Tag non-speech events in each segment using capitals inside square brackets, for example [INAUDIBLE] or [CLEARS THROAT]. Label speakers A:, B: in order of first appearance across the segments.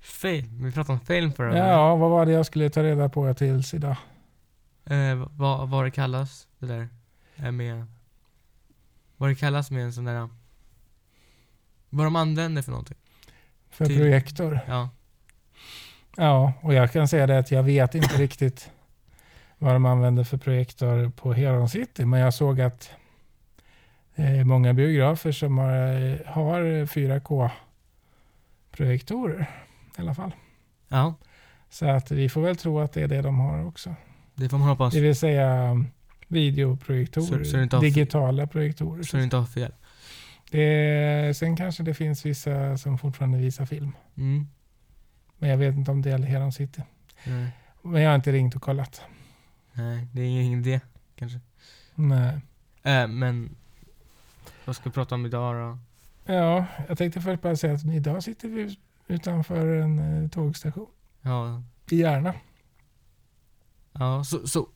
A: film. Vi pratade om film förra gången.
B: Ja, vad var det jag skulle ta reda på tills idag?
A: Eh, va- vad, vad det kallas, det där. eh, Med... Vad det kallas med en sån där... Vad de använder för någonting.
B: För
A: Till-
B: projektor.
A: Ja.
B: Ja, och jag kan säga det att jag
A: [CLEARS THROAT]
B: vet inte riktigt vad de använder för projektor på Heron City, men jag såg att det är många biografer som har, eh, har 4K-projektorer i alla fall.
A: Ja,
B: Så att vi får väl tro att det är det de har också.
A: det får man hoppas.
B: Det vill säga
A: Så-
B: mm,
A: så det
B: videoprojektorer,
A: inte har-
B: digitala projektorer.
A: Så du inte har fel.
B: Det är, sen kanske det finns vissa som fortfarande visar film,
A: Mm.
B: men jag vet inte om det gäller Heron City.
A: Nej.
B: Men jag har inte ringt och kollat.
A: Nej, det är ingen idé kanske.
B: Nej.
A: Eh, men... Vad ska vi prata om idag då?
B: Ja, jag tänkte först bara säga att idag sitter vi ut- utanför en eh, tågstation
A: Ja,
B: i Järna.
A: ja så... så,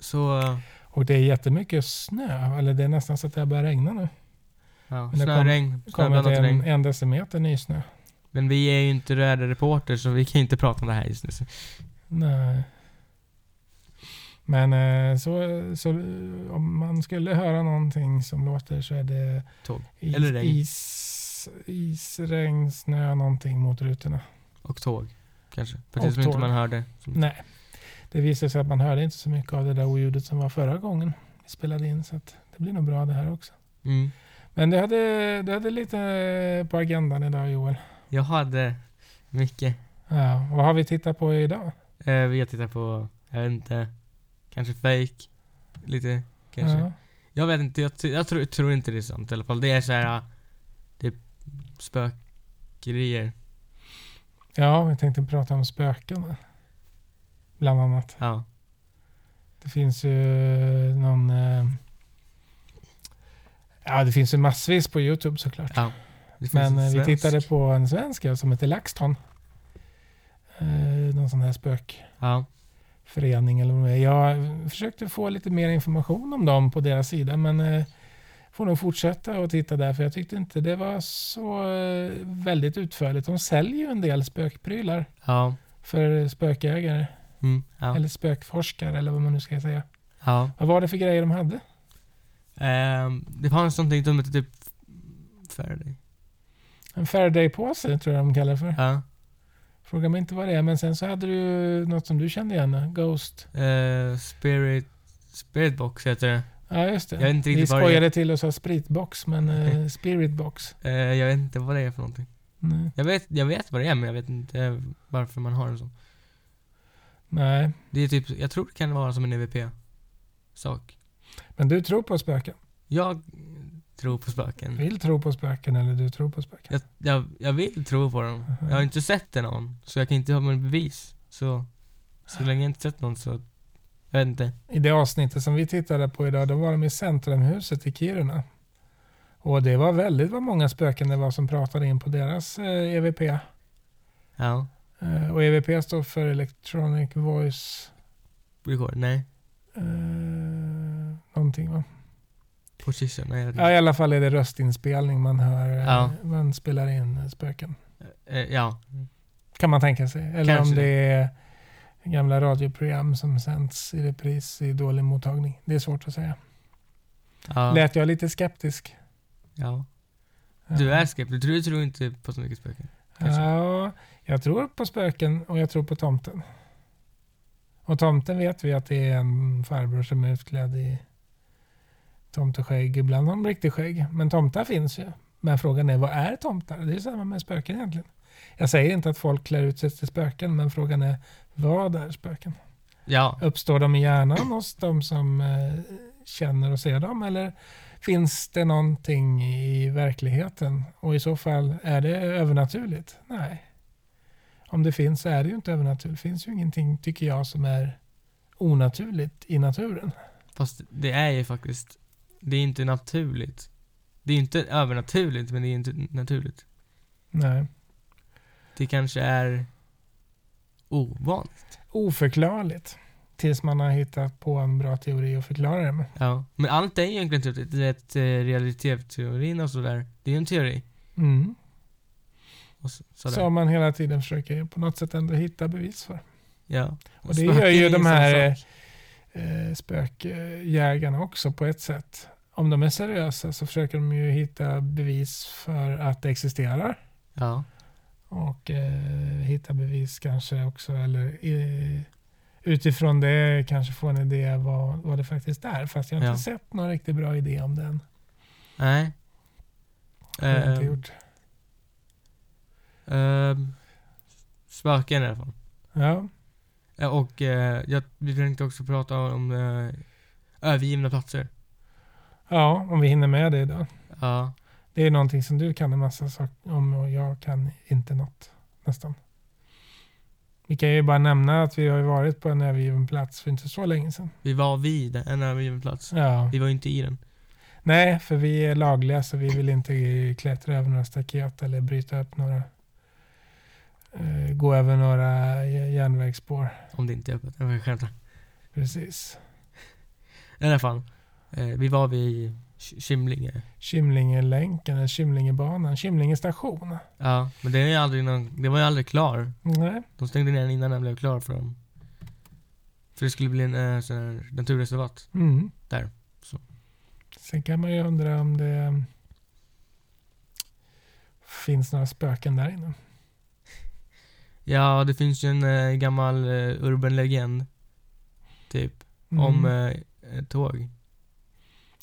A: så eh,
B: Och det är jättemycket snö, eller det är nästan så att det har börjat regna nu.
A: ja,
B: Men det kom-
A: snöregn,
B: Det kommer
A: snöblandat
B: till en,
A: regn.
B: en decimeter nysnö.
A: Men vi är ju inte väderreporter så vi kan inte prata om det här just nu. Så.
B: Nej. Men eh, så, så eh, om man skulle höra någonting som låter så är det
A: Tåg.
B: is,
A: Eller regn.
B: Is, is, regn, snö, någonting mot rutorna.
A: Och tåg, kanske.
B: Och
A: Precis som inte
B: tåg.
A: man hörde. Som,
B: Nej. Det visade sig att man hörde inte så mycket av det där oljudet som var förra gången vi spelade in. Så att det blir nog bra det här också.
A: mm.
B: Men du hade, du hade lite på agendan idag Joel.
A: Jag hade mycket.
B: Ja, vad har vi tittat på idag?
A: Eh, vi har tittat på, jag vet inte, kanske fake. Lite, kanske.
B: Ja.
A: Jag vet inte, jag, ty- jag tror, tror inte det är sant i alla fall. Det är så här, ah, det är spökerier.
B: ja, vi tänkte prata om spöken. Bland annat.
A: Ja.
B: Det finns ju någon... eh, Ja, det finns ju massvis på Youtube såklart.
A: ja. Det finns
B: Men
A: en
B: eh, vi
A: svensk.
B: tittade på en svensk ja, som heter LaxTon. Eh, Någon sån här spök.
A: Ja.
B: förening eller vad det är. Jag försökte få lite mer information om dem på deras sida men eh, får nog fortsätta och titta där för jag tyckte inte det var så eh, väldigt utförligt. De säljer ju en del spökprylar
A: Ja.
B: för spökjägare
A: Mm. Ja.
B: eller spökforskare eller vad man nu ska säga.
A: ja.
B: Vad var det för grejer de hade?
A: Ehm, det fanns någonting som hette typ Faraday.
B: En Faraday-påse tror jag de kallar det för.
A: Ja.
B: Fråga mig inte vad det är men sen så hade du ju något som du kände igen, Ghost.
A: Eh, Spirit... Spiritbox heter det.
B: Ja just det.
A: Jag vet inte
B: Vi
A: riktigt vad det är.
B: skojade till och sa spritbox
A: [LAUGHS]
B: men eh, spiritbox.
A: Eh, jag vet inte vad det är för någonting.
B: Nej.
A: Jag vet, jag vet vad det är men jag vet inte eh, varför man har en sån.
B: Nej.
A: Det är typ, jag tror det kan vara som en EVP-sak.
B: Men du tror på spöken?
A: Jag tror på spöken.
B: vill tro på spöken eller du tror på spöken.
A: Jag, jag, jag vill tro på dem. Jag har inte sett det någon, så jag kan inte ha med bevis. Så, så länge jag inte sett någon så, jag vet inte.
B: I det avsnittet som vi tittade på idag, då var de i Centrumhuset i Kiruna. Och det var väldigt vad många spöken det var som pratade in på deras eh, EVP.
A: Ja.
B: Eh, och EVP står för Electronic Voice
A: Record? Nej.
B: eh, någonting va?
A: Position? Nej, jag vet
B: Ja,
A: inte.
B: i alla fall är det röstinspelning man hör. eh,
A: Ja.
B: Man spelar in eh, spöken.
A: Eh, ja.
B: Kan man tänka sig. Eller
A: Kanske
B: om det är gamla radioprogram som sänds i repris i dålig mottagning. Det är svårt att säga.
A: Ja.
B: Lät jag lite skeptisk?
A: ja. Du är skeptisk. Du tror inte på så mycket spöken? kanske.
B: Ja, jag tror på spöken och jag tror på tomten. Och tomten vet vi att det är en farbror som är utklädd i tomteskägg. Ibland har de riktigt skägg. Men tomtar finns ju. Men frågan är, vad är tomtar? Det är samma med spöken egentligen. Jag säger inte att folk klär ut sig till spöken, men frågan är, vad är spöken?
A: Ja.
B: Uppstår de i hjärnan hos de som eh, känner och ser dem? Eller finns det någonting i verkligheten? Och i så fall, är det övernaturligt? Nej. Om det finns så är det ju inte övernaturligt. Det finns ju ingenting, tycker jag, som är onaturligt i naturen.
A: Fast det är ju faktiskt, det är inte naturligt. Det är inte övernaturligt, men det är inte naturligt.
B: Nej.
A: Det kanske är ovanligt.
B: Oförklarligt. Tills man har hittat på en bra teori att förklara det med.
A: Ja. Men allt är ju egentligen teoretiskt. Det är ett, eh, realitetsteorin och sådär. Det är ju en teori.
B: Mm.
A: Och och så- sådär.
B: Som man hela tiden försöker på något sätt ändå hitta bevis för.
A: Ja.
B: Och det
A: Spöken
B: gör ju
A: är
B: de
A: samma
B: här
A: sak.
B: eh, spökjägarna också på ett sätt. Om de är seriösa så försöker de ju hitta bevis för att det existerar.
A: Ja.
B: Och eh, hitta bevis kanske också, eller eh, utifrån det kanske få en idé vad, vad det faktiskt är. Fast jag har inte sett någon riktigt bra idé om den.
A: Nej.
B: Har jag inte
A: Ehm,
B: gjort.
A: ehm, spöken i alla fall.
B: Ja,
A: Ja, Och eh, jag, vi tänkte också prata om eh, övergivna platser.
B: ja, om vi hinner med det idag.
A: Ja.
B: Det är någonting som du kan en massa saker om och jag kan inte något. Nästan. Vi kan ju bara nämna att vi har ju varit på en övergiven plats för inte så länge sedan.
A: Vi var vid en övergiven plats.
B: Ja.
A: Vi var ju inte i den.
B: Nej, för vi är lagliga så vi vill inte klättra över några staket eller bryta upp några eh, gå över några j- järnvägsspår.
A: Om det inte är öppet. Jag skämtar.
B: Precis.
A: I alla fall. Eh, vi var vid Ky- Kymlinge.
B: Kymlingelänken, eller Kymlingebanan, Kymlinge station.
A: Ja, men det, är ju aldrig någon, det var ju aldrig klar.
B: Nej,
A: De stängde ner den innan den blev klar för dem. För det skulle bli en eh, sån här naturreservat.
B: Mm.
A: Där, så.
B: Sen kan man ju undra om det mm, finns några spöken där inne.
A: Ja, det finns ju en eh, gammal eh, urban legend. Typ.
B: Mm.
A: Om eh, ett tåg.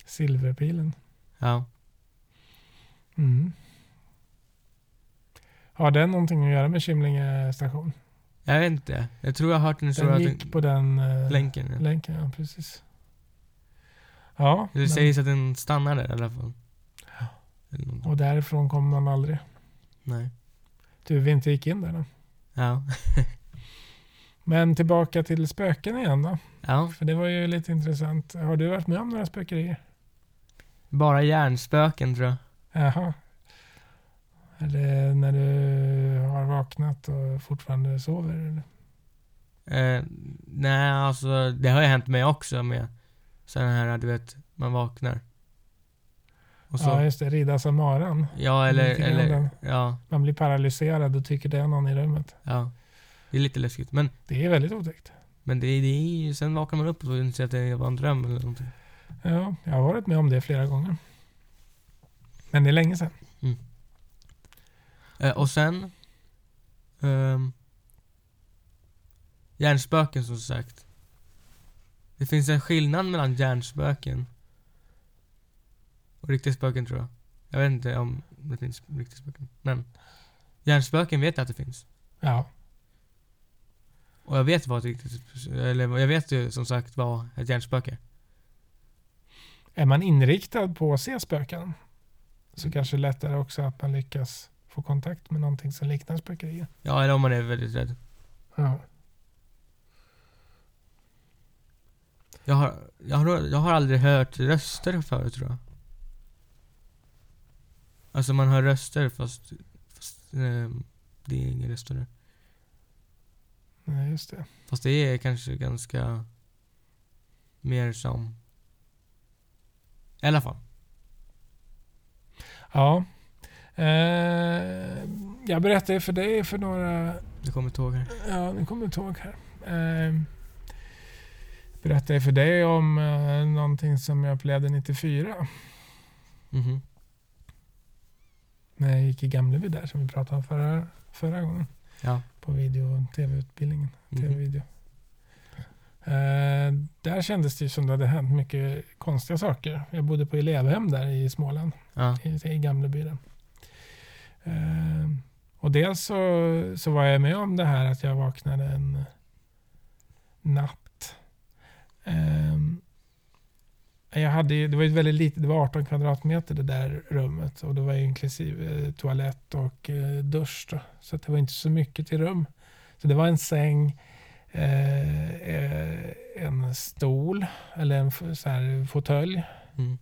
B: Silverpilen.
A: Ja.
B: Mm. Har den någonting att göra med Kymlinge station?
A: Jag vet inte. Jag tror jag har hört en historia.
B: Den
A: att
B: gick på den eh,
A: Länken. Ja.
B: länken, ja precis. Ja,
A: Det
B: men-
A: sägs att den stannar där i alla fall. Eller någonting.
B: och därifrån kommer man aldrig.
A: Nej.
B: Tur vi inte gick in där då.
A: Ja.
B: Men tillbaka till spöken igen då.
A: ja.
B: För det var ju lite intressant. Har du varit med om några spökerier?
A: Bara hjärnspöken tror jag.
B: Jaha. Eller när du har vaknat och fortfarande sover? Eller?
A: Eh, nej, alltså det har ju hänt mig också med sådana här, du vet, man vaknar. Och så,
B: Ja,
A: ja,
B: just det. Ridas av maran.
A: eller,
B: Lite grann
A: eller,
B: den.
A: ja,
B: Man blir paralyserad och tycker det är någon i rummet.
A: ja. Det är lite läskigt. Men,
B: Det är väldigt otäckt.
A: men det, det är ju, sen vaknar man upp och inser att det var en dröm eller någonting.
B: Ja, jag har varit med om det flera gånger. Men det är länge sedan.
A: Eh, och sen, ehm, hjärnspöken som sagt. Det finns en skillnad mellan hjärnspöken och riktiga spöken tror jag. Jag vet inte om det finns riktiga spöken. Men hjärnspöken vet jag att det finns.
B: Ja,
A: Och jag vet vad ett riktigt, eller jag vet ju som sagt vad ett hjärnspöke är.
B: Är man inriktad på att se spöken så
A: Mm.
B: kanske det är lättare också att man lyckas få kontakt med någonting som liknar spökerier.
A: Ja, eller om man är väldigt rädd.
B: Ja.
A: Jag har, jag har, jag har aldrig hört röster förut tror jag. Alltså man hör röster fast, fast eh, det är inga röster där.
B: Nej, just det.
A: Fast det är kanske ganska mer som... I alla fall.
B: Ja. Eh, jag berättade för dig för några...
A: Det kommer ett tåg här.
B: Ja, nu kommer jag inte ihåg här. Eh, berättade för dig om eh, någonting som jag upplevde 94
A: Mhm.
B: när jag gick i Gamleby där som vi pratade om förra, förra gången
A: Ja.
B: på video och tv-utbildningen.
A: Mhm.
B: tv-video. Eh, där kändes det ju som det hade hänt mycket konstiga saker. Jag bodde på elevhem där i Småland,
A: Ja.
B: i, i Gamlebyn. Eh, och dels så, så var jag med om det här att jag vaknade en natt. Eh, jag hade ju, det var ju väldigt litet, det var 18 kvadratmeter det där rummet och det var ju inklusive eh, toalett och eh, dusch. Då, så att det var inte så mycket till rum. Så det var en säng, eh, eh, en stol eller en f- så här, fåtölj
A: Mm.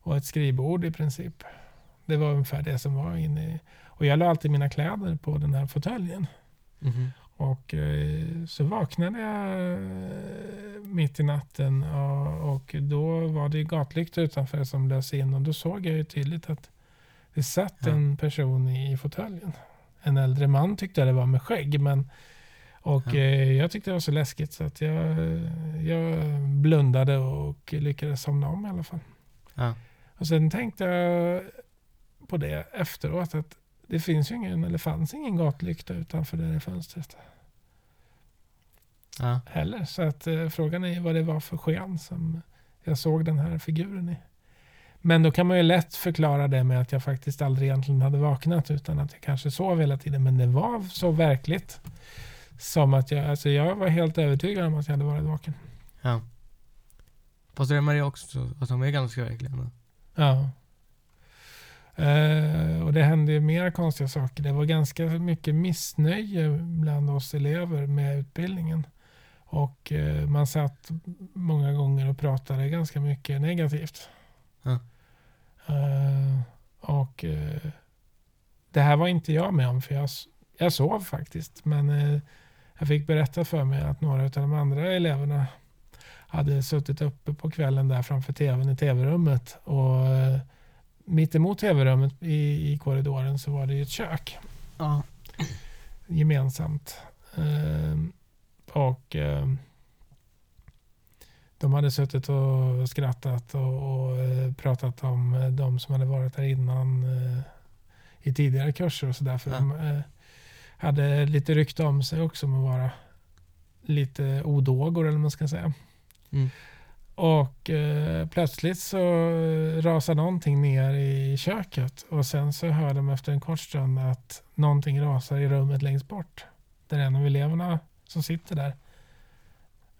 B: och ett skrivbord i princip. Det var ungefär det som var inne i. Och jag la alltid mina kläder på den här fåtöljen.
A: Mhm.
B: Och eh, så vaknade jag eh, mitt i natten och, och då var det ju gatlyktor utanför som lös in och då såg jag ju tydligt att det satt
A: Ja.
B: en person i, i fåtöljen. en äldre man tyckte jag det var med skägg. Men, och
A: Ja.
B: eh, jag tyckte det var så läskigt så att jag, eh, jag blundade och lyckades somna om i alla fall.
A: Ja.
B: Och sen tänkte jag på det efteråt att det finns ju ingen, eller fanns ingen gatlykta utanför det där fönstret
A: Ja.
B: heller. Så att eh, frågan är ju vad det var för sken som jag såg den här figuren i. Men då kan man ju lätt förklara det med att jag faktiskt aldrig egentligen hade vaknat utan att jag kanske sov hela tiden. Men det var så verkligt. Som att jag, alltså jag var helt övertygad om att jag hade varit vaken.
A: ja. Fast drömmar är också att de är ganska verkliga. ändå.
B: Ja. Eh, och det hände ju mer konstiga saker. Det var ganska mycket missnöje bland oss elever med utbildningen. Och eh, man satt många gånger och pratade ganska mycket negativt.
A: Ja.
B: Eh, och eh, det här var inte jag med om för jag, s- jag sov faktiskt. Men eh, jag fick berätta för mig att några av de andra eleverna hade suttit uppe på kvällen där framför tvn i tv-rummet. Och eh, mitt emot tv-rummet i, i korridoren så var det ju ett kök
A: Ja.
B: gemensamt. Ehm, och ehm, de hade suttit och skrattat och, och eh, pratat om eh, de som hade varit här innan eh, i tidigare kurser och sådär. För
A: Ja.
B: de eh, hade lite rykte om sig också om att vara lite odågor eller vad man ska säga.
A: Mm.
B: Och eh, plötsligt så rasar någonting ner i köket och sen så hör de efter en kort stund att någonting rasar i rummet längst bort. Där en av eleverna som sitter där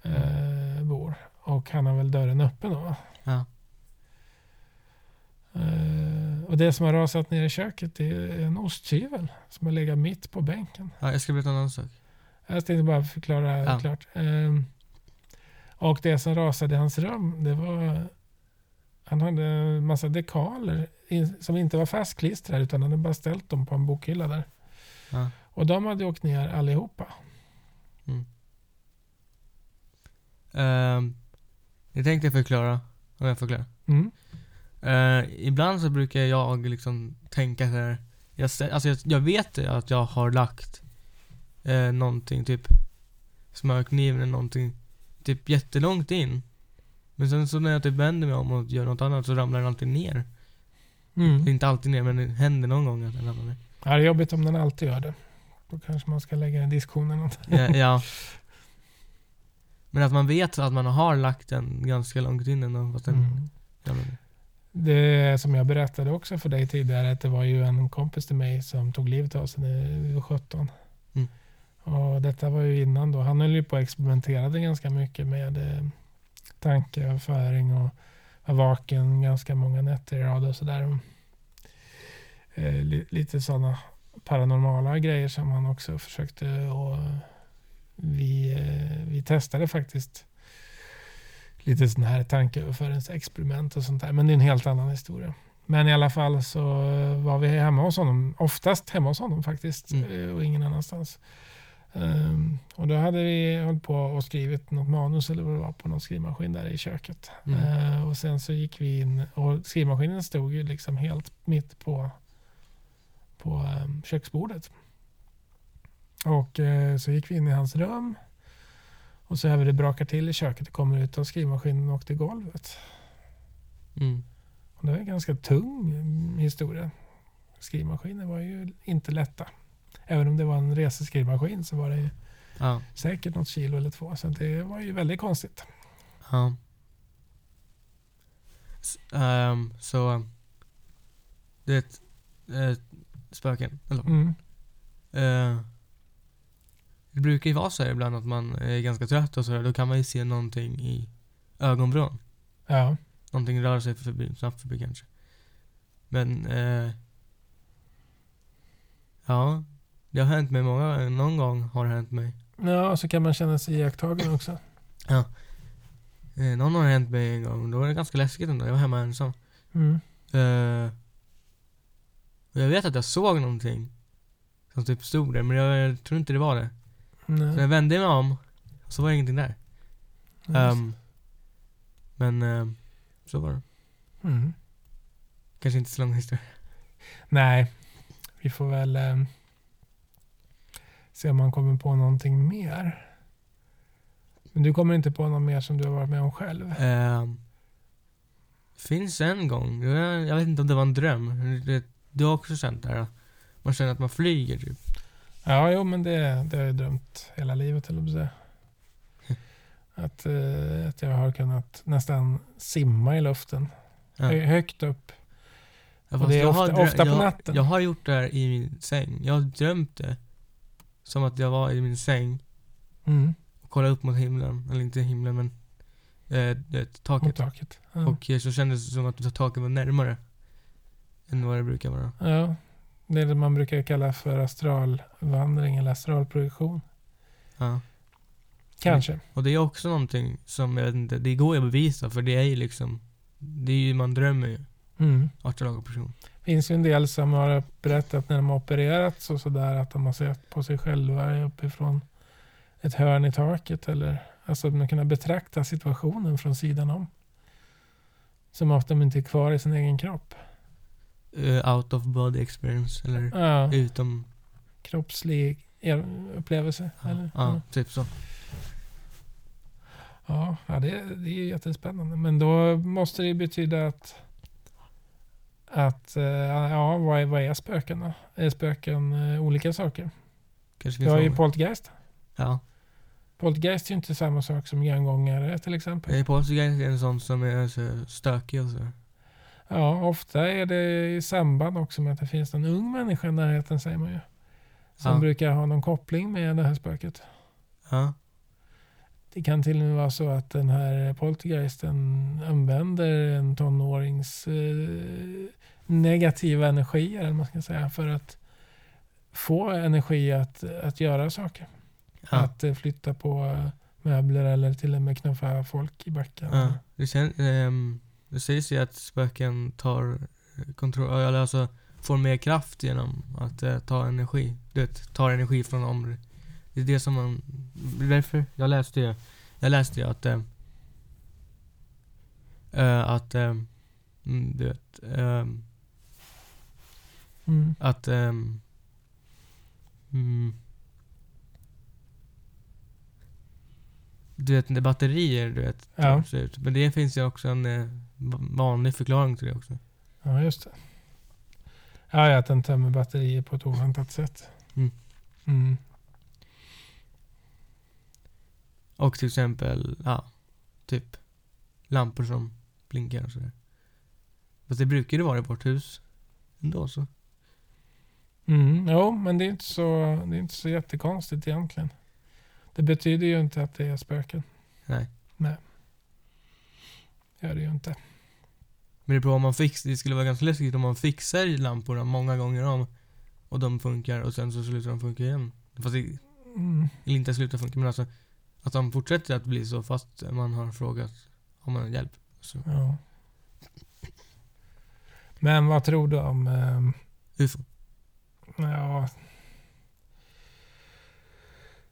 B: eh, bor. Och han har väl dörren öppen då. va?
A: Mm. Ja.
B: Eh, och det som har rasat ner i köket det är en osthyvel som har legat mitt på bänken.
A: ja. Jag ska berätta en annan sak.
B: Jag tänkte bara förklara
A: Ja.
B: klart. Ehm, och det som rasade i hans rum, det var... Han hade en massa dekaler i- som inte var fastklistrade utan han hade bara ställt dem på en bokhylla där.
A: Ja.
B: Och de hade åkt ner allihopa.
A: Ehm, jag tänkte förklara. Om jag förklarar.
B: Mm.
A: Eh, ibland så brukar jag liksom tänka så här. Jag, sä- alltså jag, jag vet ju att jag har lagt uh, någonting, typ smörkniven eller någonting, typ jättelångt in. Men sen så när jag typ vänder mig om och gör något annat så ramlar den alltid ner.
B: Mm.
A: Inte alltid ner men det händer någon gång att den ramlar ner.
B: Ja, det är jobbigt om den alltid gör det. Då kanske man ska lägga en diskon eller något. [LAUGHS]
A: Ja, ja. Men att man vet att man har lagt den ganska långt in ändå fast den
B: Mm.
A: ramlar ner.
B: Det som jag berättade också för dig tidigare att det var ju en kompis till mig som tog livet av sig när vi var 17.
A: Mm.
B: Och detta var ju innan då. Han höll ju på och experimenterade ganska mycket med eh, tankeöverföring och var vaken ganska många nätter i rad och sådär. Eh, li- lite sådana paranormala grejer som han också försökte och vi, eh, vi testade faktiskt lite sån här tankeöverföringsexperiment och sånt där. Men det är en helt annan historia. Men i alla fall så eh, var vi hemma hos honom, oftast hemma hos honom faktiskt
A: Mm.
B: eh, och ingen annanstans. Ehm, och då hade vi hållit på och skrivit något manus eller vad det var på någon skrivmaskin där i köket.
A: Mm.
B: Eh, och sen så gick vi in och skrivmaskinen stod ju liksom helt mitt på, på eh, köksbordet. Och eh, så gick vi in i hans rum och så hör vi det brakar till i köket och kommer ut av skrivmaskinen och åkte i golvet.
A: Mm.
B: Och det var en ganska tung mm, historia. Skrivmaskiner var ju inte lätta. Även om det var en reseskrivmaskin så var det ju
A: Ja.
B: säkert något kilo eller två. Så det var ju väldigt konstigt.
A: Ja. S- ehm, så... ehm, Du vet, eh, spöken. Eller,
B: Mm.
A: eh, det brukar ju vara så här ibland att man är ganska trött och sådär. Då kan man ju se någonting i ögonvrån.
B: Ja.
A: Någonting rör sig förbi, snabbt förbi kanske. Men... Eh, ja. Det har hänt mig många gånger. Någon gång har det hänt mig.
B: ja, och så kan man känna sig iakttagen också.
A: Eh, någon har hänt mig en gång. Då var det ganska läskigt ändå. Jag var hemma ensam.
B: Mm.
A: Eh, och jag vet att jag såg någonting som typ stod där, men jag, jag tror inte det var det. Så
B: Nej.
A: jag vände mig om, och så var det ingenting där. Ehm, men ehm, så var det.
B: Mm.
A: Kanske inte så lång historia.
B: Nej, vi får väl eh, Se om man kommer på någonting mer. Men du kommer inte på något mer som du har varit med om själv?
A: Ehm, finns en gång, jag, jag vet inte om det var en dröm. Du, du har också känt det här. Man känner att man flyger typ.
B: Ja, jo, men det, det har jag drömt hela livet, eller
A: [LAUGHS]
B: säga. Att, eh, att jag har kunnat nästan simma i luften.
A: Ja.
B: Hö- Högt upp.
A: Ja,
B: Mm. Och
A: fast
B: det är
A: jag har
B: ofta-
A: drö-
B: ofta på
A: jag,
B: natten.
A: Jag har gjort det här i min säng. Jag har drömt det. Som att jag var i min säng
B: Mm,
A: och kollade upp mot himlen. Eller inte himlen men eh, du vet,
B: mot
A: taket.
B: taket. Ja.
A: Och eh, så kändes det som att taket var närmare. Än vad det brukar vara.
B: ja, det är det man brukar kalla för astralvandring eller astralprojektion.
A: Ja.
B: Kanske.
A: Och det är också någonting som jag vet inte, det går ju att bevisa för det är ju liksom Det är ju, man drömmer ju.
B: Mm.
A: Artelaga person.
B: finns ju en del som har berättat när de har opererats och sådär att de har sett på sig själva uppifrån ett hörn i taket eller alltså att man kunna betrakta situationen från sidan om. Som att de inte är kvar i sin egen kropp.
A: Eh, out of body experience eller
B: Ja,
A: utom...
B: kroppslig er- upplevelse.
A: Ja,
B: Eller?
A: ja, typ så.
B: Ja, ja det, det är ju jättespännande. Men då måste det ju betyda att... att eh, ja, vad är, vad är spöken då? Är spöken eh, olika saker?
A: Kanske
B: Vi
A: finns
B: har ju
A: någon-
B: poltergeist.
A: Ja.
B: Poltergeist är ju inte samma sak som gengångare till exempel.
A: Eh, Poltergeist är en sån som är så stökig och så.
B: Ja, ofta är det i samband också med att det finns en ung människa i närheten säger man ju. Som
A: Ja.
B: brukar ha någon koppling med det här spöket.
A: Ja.
B: Det kan till och med vara så att den här poltergeisten använder en tonårings eh, negativa energier, eller vad man ska säga, för att få energi att, att göra saker.
A: Ja.
B: Att eh, flytta på eh, möbler eller till och med knuffa folk i backen.
A: ja. Det, kän, ehm, det sägs ju att spöken tar kontroll, eller alltså får mer kraft genom att eh, ta energi. Du vet, tar energi från om Det är det som man... det är Därför jag läste ju, jag läste ju att... Eh, eh, att... Eh, mm, du vet. ehm,
B: Mm.
A: Att... ehm, mm, du vet, det är batterier du vet. tar
B: Ja.
A: sig Ut. Men det finns ju också en eh, va- vanlig förklaring till det också.
B: Ja, just det. Ja, ja, att den tömmer batterier på ett oväntat sätt.
A: Mm.
B: Mm.
A: Och till exempel, ja, typ lampor som blinkar och sådär. Fast det brukar ju vara i vårt hus ändå så.
B: Mm. Jo, men det är, inte så, det är inte så jättekonstigt egentligen. Det betyder ju inte att det är spöken.
A: Nej.
B: Gör det ju inte.
A: Men det är bra om man fixar, det skulle vara ganska läskigt om man fixar lamporna många gånger om och de funkar och sen så slutar de funka igen. Fast det,
B: Mm.
A: Eller inte sluta funka men alltså att de fortsätter att bli så fast man har frågat om man har hjälp. Så,
B: Ja. Men vad tror du om... ehm,
A: UFO.
B: ja,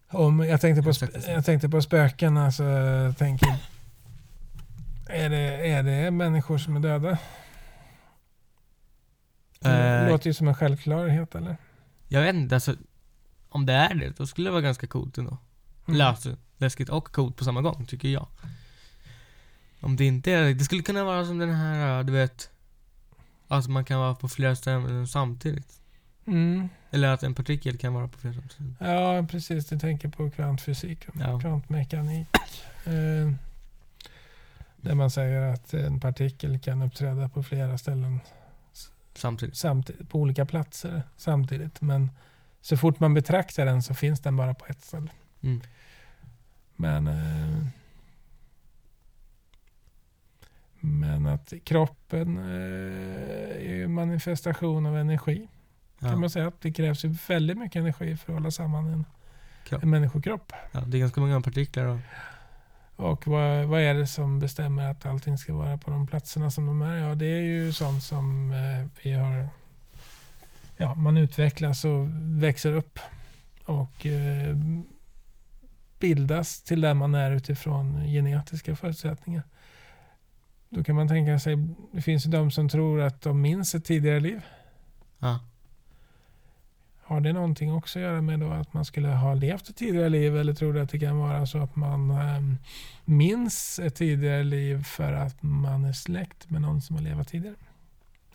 B: om jag, tänkte på
A: Jag har sagt det.
B: sp- jag tänkte på spöken. Alltså, jag tänker, är, det, är det människor som är döda? Det
A: Eh,
B: låter ju som en självklarhet eller?
A: jag vet inte, alltså om det är det, då skulle det vara ganska coolt ändå.
B: Mm.
A: Eller alltså, läskigt och coolt på samma gång, tycker jag. Om det inte är det, det skulle kunna vara som den här, äh, du vet, alltså man kan vara på flera ställen samtidigt.
B: Mm.
A: Eller att en partikel kan vara på flera ställen samtidigt.
B: Ja, precis. Du tänker på kvantfysik och
A: Ja.
B: kvantmekanik. Eh, där man säger att en partikel kan uppträda på flera ställen
A: Samtidigt.
B: samtidigt, på olika platser samtidigt. Men så fort man betraktar den så finns den bara på ett ställe.
A: Mm.
B: Men, eh, men att kroppen eh, är ju en manifestation av energi. kan
A: Ja.
B: man säga att det krävs ju väldigt mycket energi för att hålla samman en,
A: Kropp.
B: en människokropp.
A: ja, det är ganska många partiklar och
B: Och vad, vad är det som bestämmer att allting ska vara på de platserna som de är? Ja, det är ju sånt som eh, vi har... Ja, man utvecklas och växer upp och eh, bildas till där man är utifrån genetiska förutsättningar. Då kan man tänka sig, det finns ju de som tror att de minns ett tidigare liv.
A: ja.
B: Har det någonting också att göra med då att man skulle ha levt ett tidigare liv eller tror du att det kan vara så att man ehm, minns ett tidigare liv för att man är släkt med någon som har levat tidigare?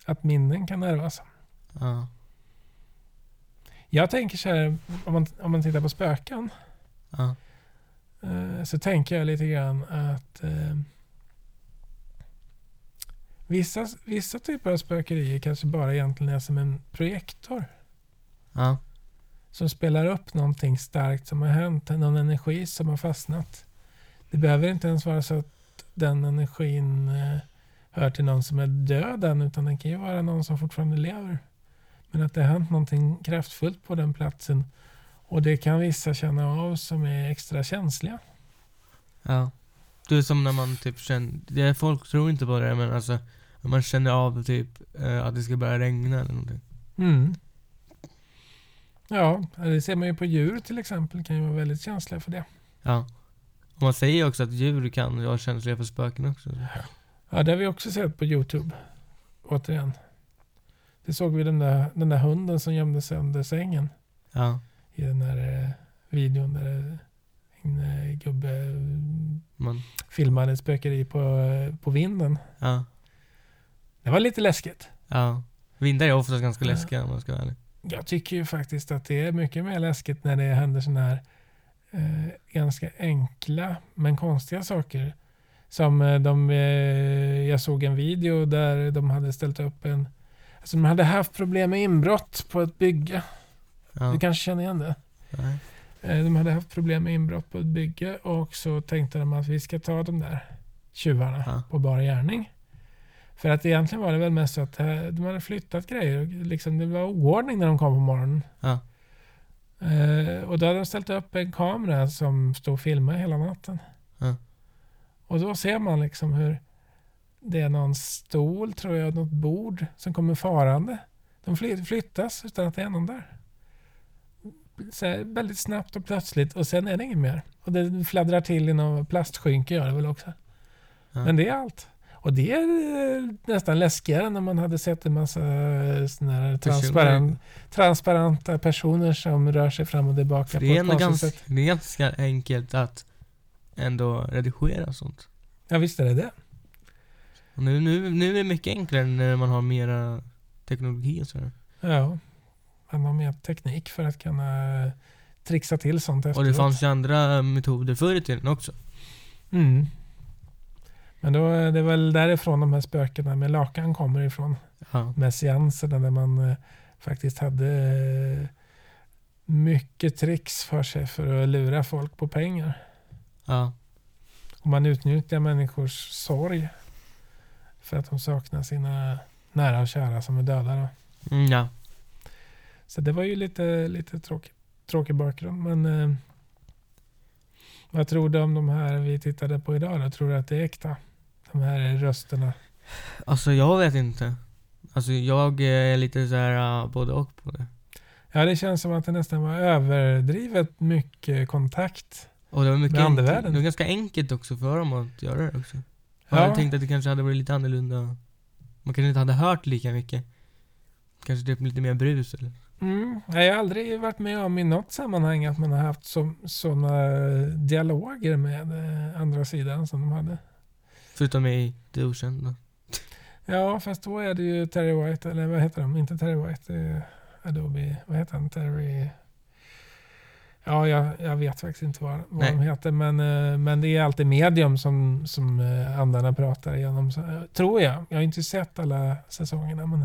B: Att minnen kan ärvas?
A: Ja.
B: Jag tänker så här, om man, om man tittar på spöken
A: Ja.
B: eh, så tänker jag lite grann att eh, vissa, vissa typer av spökerier kanske bara egentligen är som en projektor
A: Ja.
B: som spelar upp någonting starkt som har hänt, någon energi som har fastnat. Det behöver inte ens vara så att den energin eh, hör till någon som är död än, utan den kan ju vara någon som fortfarande lever. Men att det har hänt någonting kraftfullt på den platsen och det kan vissa känna av som är extra känsliga.
A: Ja. Det är som när man typ känner, det är, folk tror inte på det men alltså när man känner av typ eh, att det ska börja regna eller någonting.
B: Mm. Ja, det ser man ju på djur till exempel, kan ju vara väldigt känsliga för det.
A: Ja. Och man säger ju också att djur kan vara känsliga för spöken också.
B: Ja, det har vi också sett på Youtube. Återigen. Det såg vi den där, den där hunden som gömde sig under sängen
A: Ja.
B: i den där eh, videon där en eh, gubbe mm,
A: Man,
B: filmade ett spökeri på, eh, på vinden.
A: ja.
B: Det var lite läskigt.
A: Ja. Vindar är oftast ganska
B: Ja.
A: läskiga om man ska vara ärlig.
B: Jag tycker ju faktiskt att det är mycket mer läskigt när det händer sådana här eh, ganska enkla men konstiga saker. Som eh, de, eh, jag såg en video där de hade ställt upp en... Alltså de hade haft problem med inbrott på ett bygge.
A: Ja.
B: Du kanske känner igen det?
A: Nej.
B: Eh, de hade haft problem med inbrott på ett bygge och så tänkte de att vi ska ta de där tjuvarna
A: Ja.
B: på bar gärning. För att egentligen var det väl mest så att eh, de hade flyttat grejer. och Liksom, det var oordning när de kom på morgonen.
A: Ja.
B: Eh, och då hade de ställt upp en kamera som stod och filmade hela natten.
A: Ja.
B: Och då ser man liksom hur det är någon stol, tror jag, något bord som kommer farande. De fly- flyttas utan att det är någon där. Så här, väldigt snabbt och plötsligt och sen är det inget mer. Och det fladdrar till i någon plastskynke gör det väl också.
A: Ja.
B: Men det är allt. Och det är eh, nästan läskigare när man hade sett en massa eh, såna här transparent, transparenta personer som rör sig fram och tillbaka
A: För
B: på
A: det är
B: ett
A: ändå
B: konstigt
A: ganska,
B: sätt.
A: det är ganska enkelt att ändå redigera sånt.
B: Ja, visst är det det.
A: Och nu, nu, nu är det mycket enklare när man har mera teknologi och sådär.
B: Ja. Man har mer teknik för att kunna eh, trixa till sånt efteråt.
A: Och det fanns ju andra metoder förr i tiden också.
B: Mm. Men då är det väl därifrån de här spökena med lakan kommer ifrån.
A: Ja.
B: Med seanserna där man eh, faktiskt hade eh, mycket tricks för sig för att lura folk på pengar.
A: Ja.
B: Och man utnyttjar människors sorg för att de saknar sina nära och kära som är döda. Då.
A: Mm, ja.
B: Så det var ju lite, lite tråkig, tråkig bakgrund. Men eh, vad tror du om de här vi tittade på idag? Då? Tror du att det är äkta? De här rösterna?
A: Alltså jag vet inte. Alltså jag är lite så här uh, både och på det.
B: Ja, det känns som att det nästan var överdrivet mycket kontakt.
A: Och det var mycket
B: Med
A: enkelt,
B: andevärlden.
A: det var ganska enkelt också för dem att göra det också. Jag
B: Ja,
A: hade tänkt att det kanske hade varit lite annorlunda. Man kanske inte hade hört lika mycket. Kanske typ lite mer brus eller?
B: mm, Nej, jag har aldrig varit med om i något sammanhang att man har haft sådana dialoger med eh, andra sidan som de hade.
A: Förutom i det okända.
B: Ja, fast då är det ju Terry White, eller vad heter de? Inte Terry White, det är Adobe. Vad heter han? Terry... Ja, jag, jag vet faktiskt inte vad, vad de
A: Nej.
B: heter, men, eh, men det är alltid medium som, som eh, andarna pratar igenom, så, eh, tror jag. Jag har inte sett alla säsongerna, men...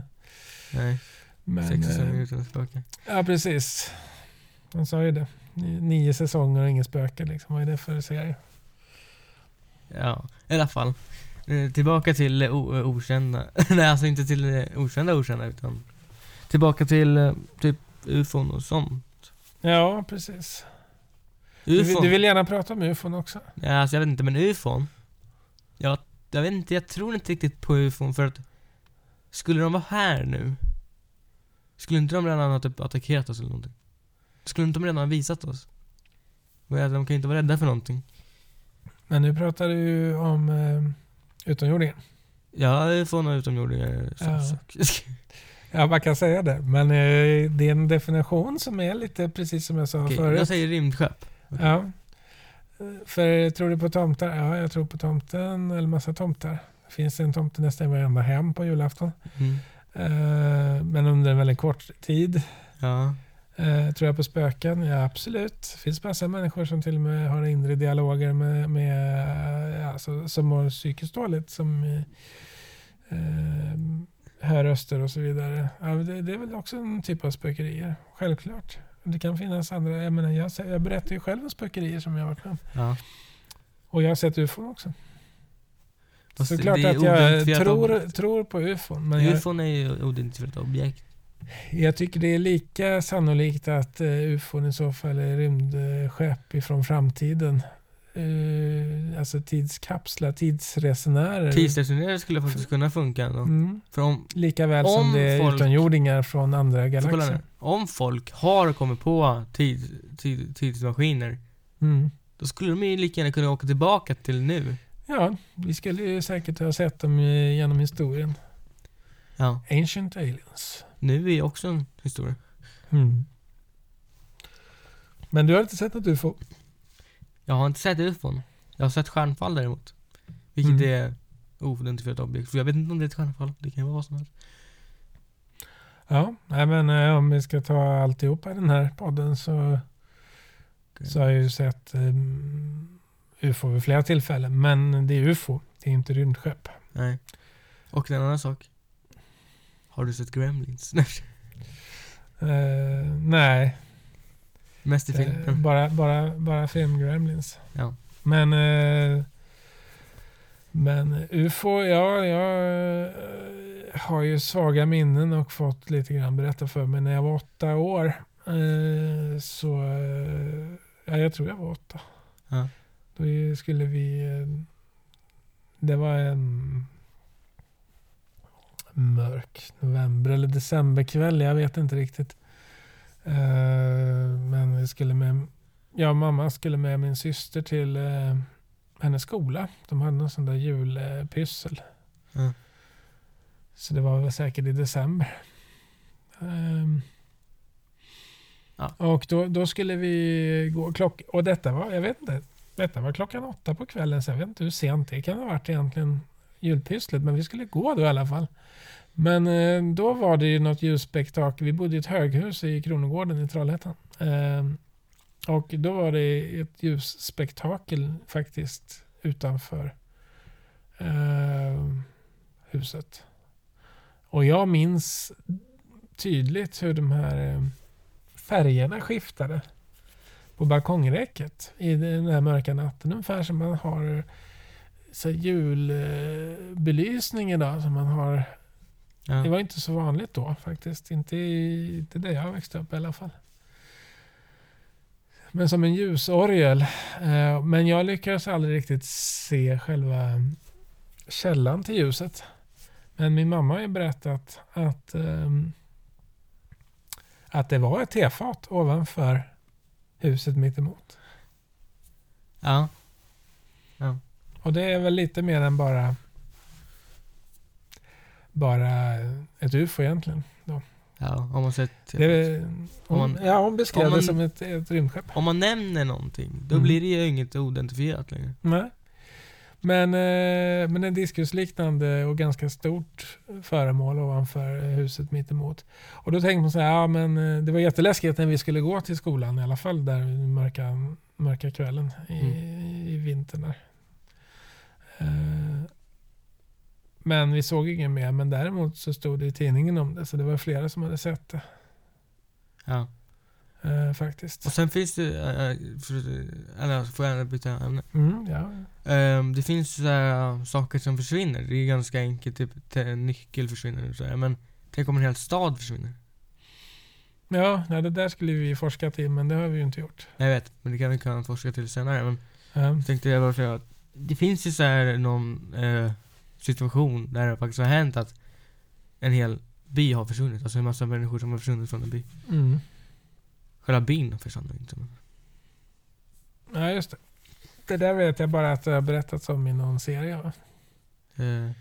A: Nej,
B: men
A: sex
B: eh,
A: säsonger utan spöken.
B: Ja, precis. De sa ju det. Ni- Nio säsonger och inget spöke, liksom. Vad är det för serie?
A: Ja, i alla fall. Eh, Tillbaka till eh, o- eh, okända. [LAUGHS] Nej, alltså inte till eh, okända okända utan tillbaka till eh, typ ufon och sånt.
B: Ja, precis. Du, vill-
A: Ufon?
B: du vill gärna prata om ufon också?
A: Ja, alltså jag vet inte, men ufon? Jag, jag vet inte, jag tror inte riktigt på ufon för att skulle de vara här nu? Skulle inte de redan ha typ attackerat oss eller någonting? Skulle inte de redan ha visat oss? Vad är det, De kan ju inte vara rädda för någonting.
B: Men nu pratar du ju om eh, utomjordingar.
A: [LAUGHS] Ja, ufon och utomjordingar eh, är samma
B: Ja.
A: sak.
B: Ja, man kan säga det. Men eh, det är en definition som är lite precis som jag sa
A: Okej,
B: förut.
A: jag säger rymdskepp.
B: Ja. Eh, För tror du på tomtar? Ja, jag tror på tomten eller massa tomtar. Det finns en tomte nästan i varenda hem på julafton.
A: Mm.
B: Eh, Men under en väldigt kort tid.
A: Ja.
B: Eh, Tror jag på spöken? Ja, absolut. Det finns massa människor som till och med har inre dialoger med, med eh, alltså, som mår psykiskt dåligt. Som eh, eh, hör röster och så vidare. Ja, men det, det är väl också en typ av spökerier. Självklart. Det kan finnas andra. Jag, menar, jag, jag berättar ju själv om spökerier som jag har varit med om.
A: ja.
B: Och jag har sett ufon också.
A: Fast
B: Såklart
A: det är
B: att jag
A: oidentifierat
B: tror,
A: objekt.
B: tror på ufon. Men jag,
A: Ufon är ju oidentifierat objekt.
B: jag tycker det är lika sannolikt att eh, ufon i så fall är rymdskepp ifrån framtiden. Eh, alltså tidskapslar, tidsresenärer.
A: Tidsresonerare skulle faktiskt kunna funka ändå.
B: Mm.
A: För om,
B: Lika väl
A: Om
B: som det är
A: folk-
B: utomjordingar från andra
A: så kolla nu.
B: galaxer.
A: Om folk har kommit på tid, tid, tidsmaskiner,
B: Mm.
A: då skulle de ju lika gärna kunna åka tillbaka till nu.
B: Ja, vi skulle ju säkert ha sett dem eh, genom historien.
A: Ja.
B: Ancient aliens.
A: Nu är ju också en historia.
B: Mm. Men du har inte sett något ufo?
A: Jag har inte sett ufon. Jag har sett stjärnfall däremot. Vilket
B: Mm.
A: är oidentifierat objekt. För jag vet inte om det är ett stjärnfall. Det kan ju vara vad som helst.
B: Ja, nej men eh, om vi ska ta alltihopa i den här podden så, så har jag ju sett um, UFO vid flera tillfällen. Men det är UFO, det är inte rymdskepp.
A: Nej. Och en annan sak. Har du sett Gremlins? Nej.
B: Eh, nej,
A: Mest i
B: eh,
A: filmen.
B: bara, bara, bara film Gremlins.
A: Ja.
B: Men, eh, men eh, UFO, ja, jag eh, har ju svaga minnen och fått lite grann berätta för mig när jag var åtta år. eh, så, eh, ja, jag tror jag var åtta.
A: Ja.
B: Då skulle vi... eh, Det var en mörk november eller decemberkväll. Jag vet inte riktigt. Eh, Men vi skulle med... Jag och mamma skulle med min syster till eh, hennes skola. De hade någon sån där julpyssel.
A: Ja.
B: Så det var väl säkert i december. Ehm.
A: Ja.
B: Och då, då skulle vi gå klock... Och detta var, jag vet inte, detta var klockan åtta på kvällen. Så jag vet inte hur sent det kan ha varit egentligen, julpysslet. Men vi skulle gå då i alla fall. Men eh, då var det ju något ljusspektakel. Vi bodde i ett höghus i Kronogården i Trollhättan. Ehm, och då var det ett ljusspektakel faktiskt utanför eh, huset. Och jag minns tydligt hur de här eh, färgerna skiftade på balkongräcket i den här mörka natten. Ungefär som man har så här julbelysning idag som man har
A: Ja.
B: det var inte så vanligt då faktiskt. Inte, i, inte där jag växte upp i alla fall. Men som en ljusorgel. Eh, Men jag lyckades aldrig riktigt se själva källan till ljuset. Men min mamma har ju berättat att, ehm, att det var ett tefat ovanför huset mittemot.
A: ja.
B: Och det är väl lite mer än bara, bara ett ufo egentligen.
A: Ja, om man sett...
B: Det, hon,
A: Om man-
B: ja, hon beskrev
A: om man-
B: det som ett, ett rymdskepp.
A: Om man nämner någonting, då
B: Mm.
A: blir det ju inget oidentifierat längre.
B: Nej. Men, eh, men en diskusliknande och ganska stort föremål ovanför huset mittemot. Och då tänkte man så här, ja, men eh, det var jätteläskigt när vi skulle gå till skolan i alla fall där i mörka, mörka kvällen i,
A: Mm.
B: i vintern. Där. Eh, Men vi såg ingen mer, men däremot så stod det i tidningen om det, så det var flera som hade sett det
A: Ja.
B: eh, faktiskt.
A: Och sen finns det... eh, eh, för- eh, Eller får jag byta ämne?
B: Mm, ja.
A: Ehm, det finns ju så här, eh, saker som försvinner. Det är ganska enkelt. Typ te- en nyckel försvinner och så här. Men tänk om en hel stad försvinner.
B: Ja, nej, det där skulle vi forskat i, men det har vi ju inte gjort. Ehm,
A: Jag vet, men det kan vi kunna forska till senare. Men
B: Ja.
A: jag tänkte jag bara säga att det finns ju så här någon eh, situation där det faktiskt har hänt att en hel by har försvunnit. Alltså en massa människor som har försvunnit från en by.
B: Mm.
A: Själva byn försvann ju inte. men-
B: ja, just det. Det där vet jag bara att det har berättats om i någon serie. Va?
A: Eh,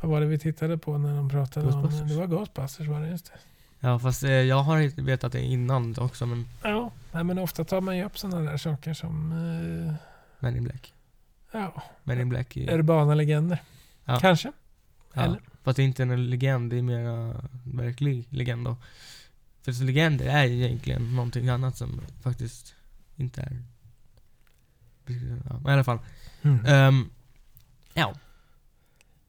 B: Vad var det vi tittade på när de pratade om...
A: Ghostbusters.
B: Det var Ghostbusters var det, just det.
A: Ja fast eh, jag har inte vetat det innan också men
B: Ja, nej, men ofta tar man ju upp sådana där saker som... eh,
A: Men in Black.
B: ja,
A: Men in Black är
B: urbana legender.
A: Ja.
B: Kanske.
A: ja.
B: eller?
A: Fast det är inte en legend, det är mer en verklig legend då. För så legender är ju egentligen någonting annat som faktiskt inte är... Ja, men i alla fall.
B: Mm.
A: Ehm, ja.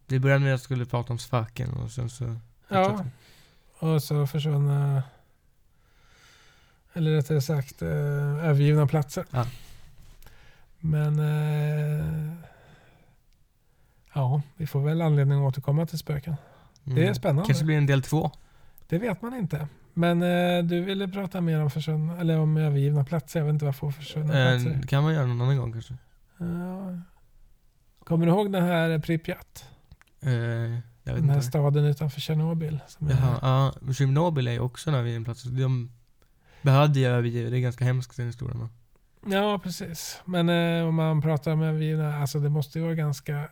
A: Det började med att jag skulle prata om spöken och sen så...
B: Ja, och så försvunna... Eller rättare sagt eh, övergivna platser.
A: Ja.
B: Men... Eh, ja, vi får väl anledning att återkomma till spöken.
A: Mm.
B: Det är spännande.
A: Kanske blir det en del två.
B: Det vet man inte. Men eh, du ville prata mer om, försvunna, eller om övergivna platser. Jag vet inte varför försvunna
A: Eh,
B: platser.
A: det kan man göra någon annan gång kanske.
B: Ja. Kommer du ihåg den här Pripyat?
A: Eh, jag vet
B: Den här
A: inte.
B: staden utanför Tjernobyl. Som är-
A: Jaha, ja. men Tjernobyl är ju också en övergiven plats. så De behövde ju överge, det är ganska hemskt den historien va?
B: Ja, precis. Men eh, om man pratar om övergivna, alltså det måste ju vara ganska,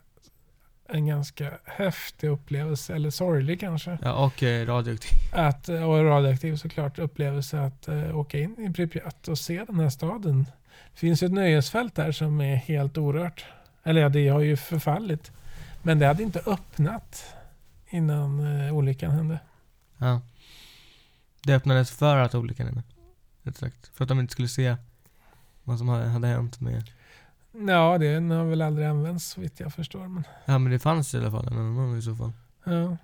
B: en ganska häftig upplevelse, eller sorglig kanske.
A: Ja, och eh, radioaktiv.
B: Att, eh, och radioaktiv såklart, upplevelse att eh, åka in i Pripyat och se den här staden. Det finns ju ett nöjesfält där som är helt orört. Eller ja, det har ju förfallit. Men det hade inte öppnat innan eh, olyckan hände.
A: Ja. Det öppnades för att olyckan hände. Rätt sagt. För att de inte skulle se vad som hade- hade hänt med...
B: Ja, den har väl aldrig använts så vitt jag förstår. Men,
A: Ja men det fanns i alla fall en annan i så fall.
B: ja.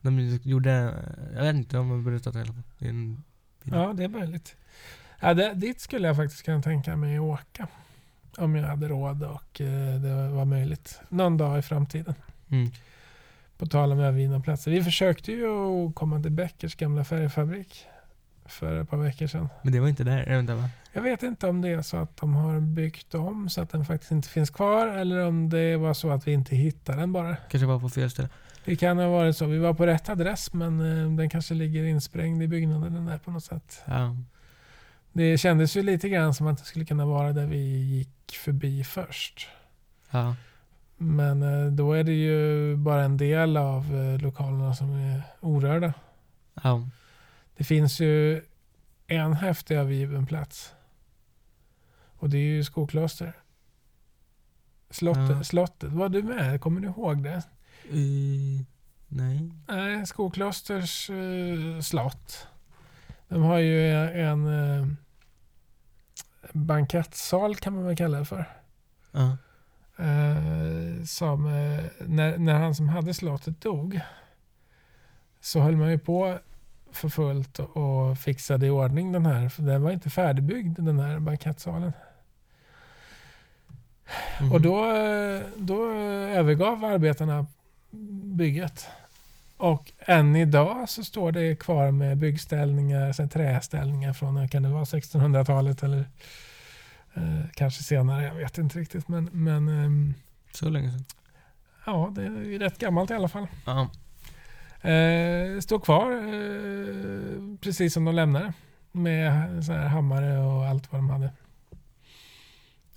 A: De gjorde... Jag vet inte om de berättat det i alla fall. Det är en,
B: ja, det är möjligt. Ja, det, dit skulle jag faktiskt kunna tänka mig att åka. Om jag hade råd och eh, det var möjligt. Någon dag i framtiden.
A: mm.
B: På tal om övergivna platser. Vi försökte ju att komma till Beckers gamla färgfabrik för ett par veckor sedan.
A: Men det var inte där. Jag vet inte va?
B: Jag vet inte om det är så att de har byggt om så att den faktiskt inte finns kvar eller om det var så att vi inte hittade den bara.
A: Kanske var på fel ställe.
B: Det kan ha varit så. Vi var på rätt adress men eh, den kanske ligger insprängd i byggnaden den där på något sätt.
A: Ja.
B: Det kändes ju lite grann som att det skulle kunna vara där vi gick förbi först.
A: Ja.
B: Men eh, då är det ju bara en del av eh, lokalerna som är orörda.
A: Ja.
B: Det finns ju en häftig övergiven plats. Och det är ju Skokloster. Slottet,
A: Ja.
B: slottet. Var du med? Kommer du ihåg det?
A: I... Nej.
B: Nej, Skoklosters eh, slott. De har ju en eh, bankettsal kan man väl kalla det för.
A: Ja.
B: Eh, som, eh, när, när han som hade slottet dog så höll man ju på för fullt och fixade i ordning den här. För den var inte färdigbyggd den här bankettsalen.
A: Mhm.
B: Och då, eh, då övergav arbetarna bygget. Och än idag så står det kvar med byggställningar, så här träställningar från eh, kan det vara 1600-talet eller eh, kanske senare, jag vet inte riktigt. Men, men ehm,
A: Så länge sedan.
B: ja, det är ju rätt gammalt i alla fall.
A: Ja.
B: Eh, står kvar eh, precis som de lämnade. Med så här hammare och allt vad de hade.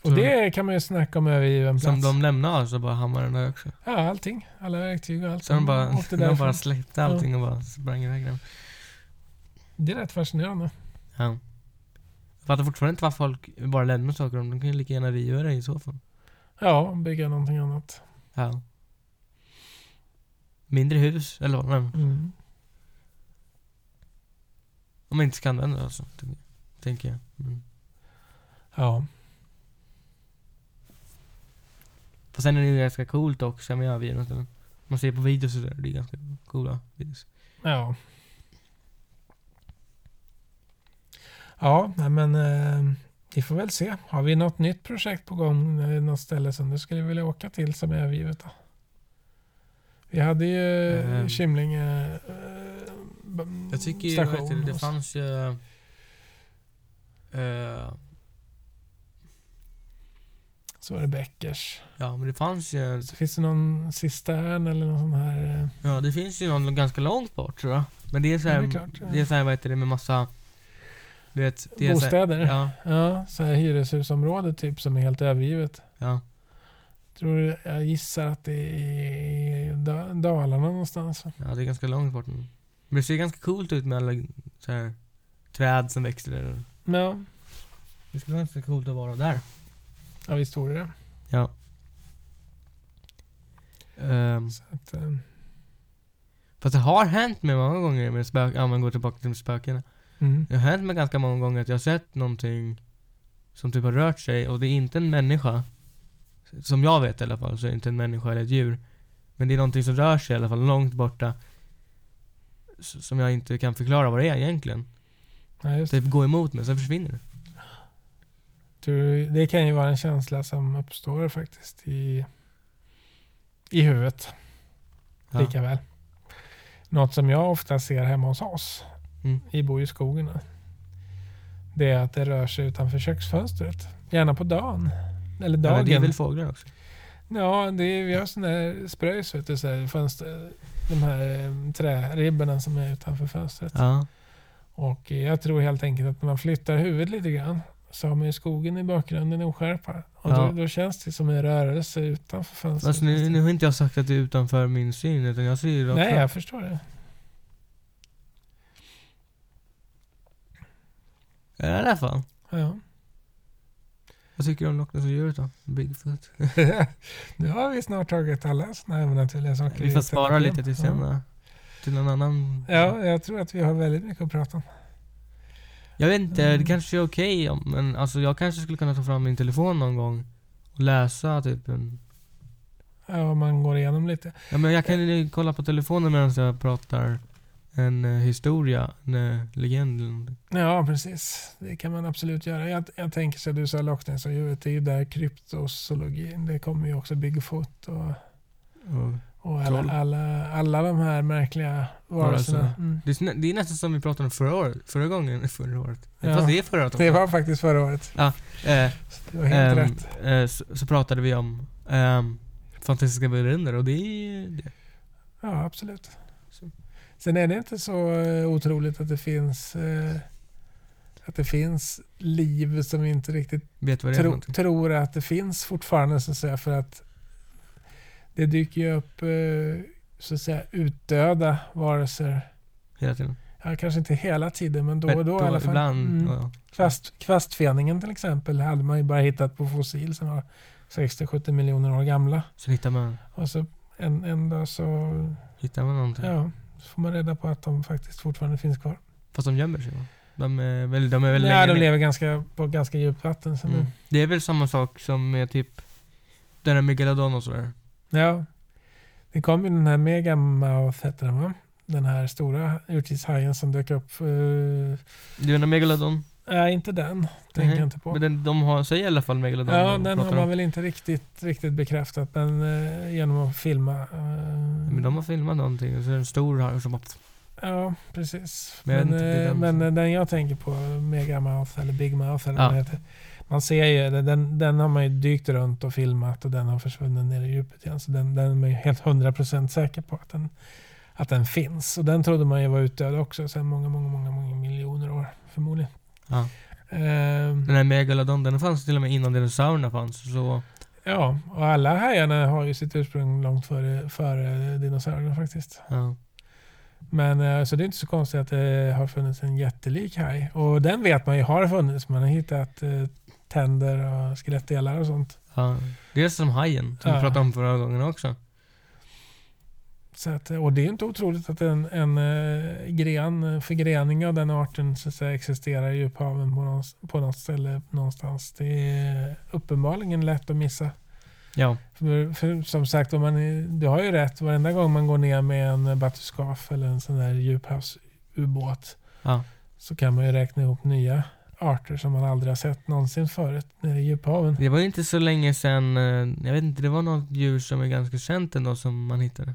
B: Och
A: Så-
B: det kan man ju snacka om övergiven
A: Som
B: plats.
A: de lämnade så bara hammaren där också.
B: Ja, allting. Alla verktyg Mm, och allt.
A: Så de bara,
B: åkte
A: de
B: därifrån.
A: bara släppte allting och bara sprang iväg den.
B: Det är rätt fascinerande.
A: Ja. Jag fattar fortfarande inte varför folk bara lämnar saker. De kan ju lika gärna riva det i så fall.
B: Ja, bygga någonting annat.
A: Ja. Mindre hus, eller vad? Nej,
B: Mm.
A: Om man inte ska använda det alltså. tänker- Tänker jag. Mm.
B: Ja.
A: Fast sen är det ju ganska coolt också med övergivna ställen. Man ser på videos och sådär. Det är ganska coola videos.
B: Ja. Ja, nej men eh, vi får väl se. Har vi något nytt projekt på gång? Eh, Något ställe som du skulle vilja åka till som är övergivet? Då? Vi hade ju
A: Ehm.
B: um, Kymlinge eh, b-
A: Jag tycker ju
B: station
A: att det, det
B: och så.
A: fanns ju... eh,
B: Så var det Beckers.
A: ja, men det fanns ju...
B: Så finns det någon cistern eller någon sån här... eh,
A: Ja, det finns ju någon ganska långt bort tror jag. Men det är såhär,
B: Ja, det är klart, ja.
A: det är såhär vad heter det, med massa... Du vet, det är
B: Bostäder?
A: Så här, ja,
B: Ja, så här hyreshusområde typ som är helt övergivet.
A: ja.
B: Tror du, jag gissar att det är i Da- Dalarna någonstans. va?
A: Ja, det är ganska långt bort nu. Men det ser ganska coolt ut med alla så här, träd som växer där.
B: Ja,
A: Det skulle vara ganska coolt att vara där.
B: ja visst vore det.
A: Ja. Ehm,
B: Så att, eh,
A: fast det har hänt mig många gånger med spöken, om man går tillbaka till spökena.
B: mm.
A: Det har hänt mig ganska många gånger att jag har sett någonting som typ har rört sig och det är inte en människa. Som jag vet i alla fall så är det inte en människa eller ett djur. Men det är någonting som rör sig i alla fall långt borta. s- Som jag inte kan förklara vad det är egentligen.
B: ja, just det.
A: Typ gå emot mig, sen försvinner det.
B: Tror du- det kan ju vara en känsla som uppstår faktiskt i, i huvudet.
A: Ja.
B: lika väl. Något som jag ofta ser hemma hos oss
A: Mm.
B: i Bohusskogarna. Det är att det rör sig utanför köksfönstret. Gärna på dagen. Eller
A: Ja,
B: dagen.
A: men det är väl fåglar också?
B: Ja, det är, vi har sådana här spröjs, vet du, så här fönster, de här eh, träribborna som är utanför fönstret.
A: Ja.
B: Och eh, jag tror helt enkelt att när man flyttar huvudet lite grann så har man ju skogen i bakgrunden oskärpad. Och
A: Ja.
B: då, då känns det som en rörelse utanför fönstret.
A: Alltså, nu, nu har inte jag sagt att det är utanför min syn, utan jag ser ju rakt
B: Nej,
A: fram.
B: jag förstår det.
A: I alla fall.
B: Ja.
A: [LAUGHS] Vad tycker du om Loch Ness och djuret då? Bigfoot?
B: nu har vi snart tagit alla sådana övernaturliga saker.
A: Vi får
B: i
A: spara
B: telegram.
A: lite till sen
B: Ja.
A: va? Till någon annan.
B: ja, jag tror att vi har väldigt mycket att prata om.
A: Jag vet inte, det
B: Mm.
A: kanske är okej om, men alltså jag kanske skulle kunna ta fram min telefon någon gång och läsa typ en...
B: Ja, om man går igenom lite.
A: Ja men jag kan ju kolla på telefonen medan jag pratar en eh, historia, en eh, legend eller någonting.
B: Ja, precis. Det kan man absolut göra. Jag, jag tänker så att du sa Loch Ness och djuret, det är ju där kryptozoologin, det kommer ju också Bigfoot och,
A: Och
B: och
A: Troll.
B: alla, alla, alla de här märkliga varelserna.
A: Varelserna.
B: Mm.
A: Det är, snä- det är nästan som vi pratade om förra året, förra gången, [LAUGHS] förra året.
B: Ja.
A: Fast det är förra året också.
B: Det var faktiskt förra året.
A: Eh,
B: Så Du har
A: ehm,
B: helt rätt.
A: eh, så, så pratade vi om ehm, fantastiska berättelser och det är ju det.
B: Ja, absolut.
A: Så.
B: Sen är det inte så eh, otroligt att det finns eh, att det finns liv som vi inte riktigt
A: Vet vad det är för
B: tro,
A: någonting.
B: tror att det finns fortfarande. Så att säga, för att det dyker ju upp eh, så att säga, utdöda varelser.
A: Hela tiden.
B: Ja, kanske inte hela tiden, men då och då i alla fall.
A: Ibland.
B: Mm.
A: ja.
B: Kvast, kvastfeningen till exempel hade man ju bara hittat på fossil som var 60-70 miljoner år gamla.
A: Så hittar man,
B: Och så en, en dag så
A: hittar man någonting.
B: Ja, så får man reda på att de faktiskt fortfarande finns kvar.
A: Fast de gömmer sig va? De är väl, de är väl
B: Ja,
A: längre
B: de
A: ner.
B: lever ganska, på ganska djupt vatten. Så
A: Mm.
B: nu.
A: Det är väl samma sak som med typ den här megalodon och sådär.
B: Ja. Det kom ju den här Megamouth, hette den va? Den här stora urtidshajen som dök upp. eh,
A: Du menar megalodon?
B: nej, inte den. Tänker
A: Mhm.
B: jag inte på.
A: Men den, de har, säger i alla fall megalodon.
B: ja,
A: de
B: den har
A: pratar
B: man
A: om.
B: väl inte riktigt, riktigt bekräftat. Men eh, genom att filma. eh,
A: Men de har filmat någonting och så är det en stor här som bara...
B: Ja, precis.
A: Men jag
B: Men,
A: vet inte, det är
B: eh,
A: den
B: men
A: som-
B: eh, den jag tänker på, Megamouth eller Big Mouth eller
A: Ja.
B: vad det heter. Man ser ju, den- den, den har man ju dykt runt och filmat och den har försvunnit ner i djupet igen. Så den, den är man ju helt 100% säker på att den, att den finns. Och den trodde man ju var utdöd också sedan många, många, många, många miljoner år förmodligen.
A: Ja.
B: Ehm,
A: Den här megalodon, den fanns till och med innan dinosaurierna fanns. Så
B: ja, och alla hajarna har ju sitt ursprung långt före, före dinosaurierna faktiskt.
A: ja.
B: Men eh, så det är inte så konstigt att det har funnits en jättelik haj. Och den vet man ju har funnits. Man har hittat eh, tänder och skelettdelar och sånt.
A: ja. Det är som hajen, som vi
B: Ja.
A: pratade om förra gången också.
B: Så att, eh, och det är inte otroligt att en, en eh, gren, eh, förgrening av den arten så att säga, existerar i djuphaven på, någons, på något ställe någonstans. Det är uppenbarligen lätt att missa.
A: Ja.
B: För, för, som sagt, om man, är- du har ju rätt. Varenda gång man går ner med en eh, batuscaf eller en sån där djuphavsubåt
A: ja.
B: så kan man ju räkna ihop nya arter som man aldrig har sett någonsin förut nere i djuphaven.
A: Det var ju inte så länge sedan, eh, jag vet inte, det var något djur som är ganska känt ändå som man hittade.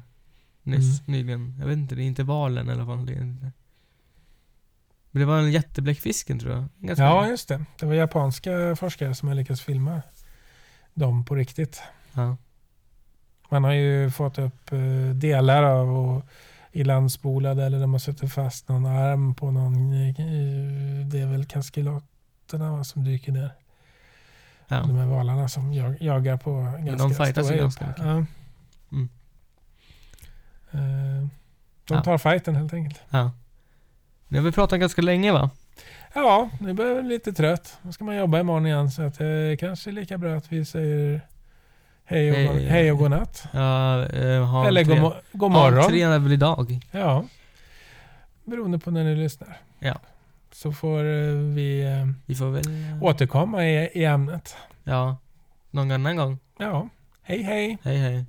A: Nyss,
B: Mm.
A: nyligen. Jag vet inte, det är inte valen i alla fall. Det är inte. Men det var en jättebläckfisken tror jag. Ganska
B: Ja, just det. Det var japanska forskare som har lyckats filma dem på riktigt.
A: ja.
B: Man har ju fått upp eh, delar av och ilandspolade eller de har suttit fast någon arm på någon, eh, det är väl kaskeloterna va, som dyker ner.
A: Ja.
B: De här valarna som jag, jagar på ganska
A: de fightas ju
B: stora
A: ganska
B: djur.
A: mycket.
B: Ja.
A: Mm.
B: Eh,
A: Ja.
B: De tar fighten helt enkelt.
A: Ja. Nu har vi pratat ganska länge va?
B: Ja, nu börjar jag bli lite trött. Nu ska man jobba imorgon igen så att eh, det kanske är lika bra att vi säger hej och,
A: Hej.
B: hej och godnatt.
A: Ja, eh, ha en
B: Eller god,
A: trev-
B: mo- god
A: Ha
B: morgon.
A: en trevlig väl idag.
B: Ja. Beroende på när ni lyssnar.
A: Ja.
B: Så får eh, vi eh,
A: Vi får väl...
B: återkomma i, i ämnet.
A: Ja. Någon annan gång.
B: Ja. Hej hej.
A: Hej hej.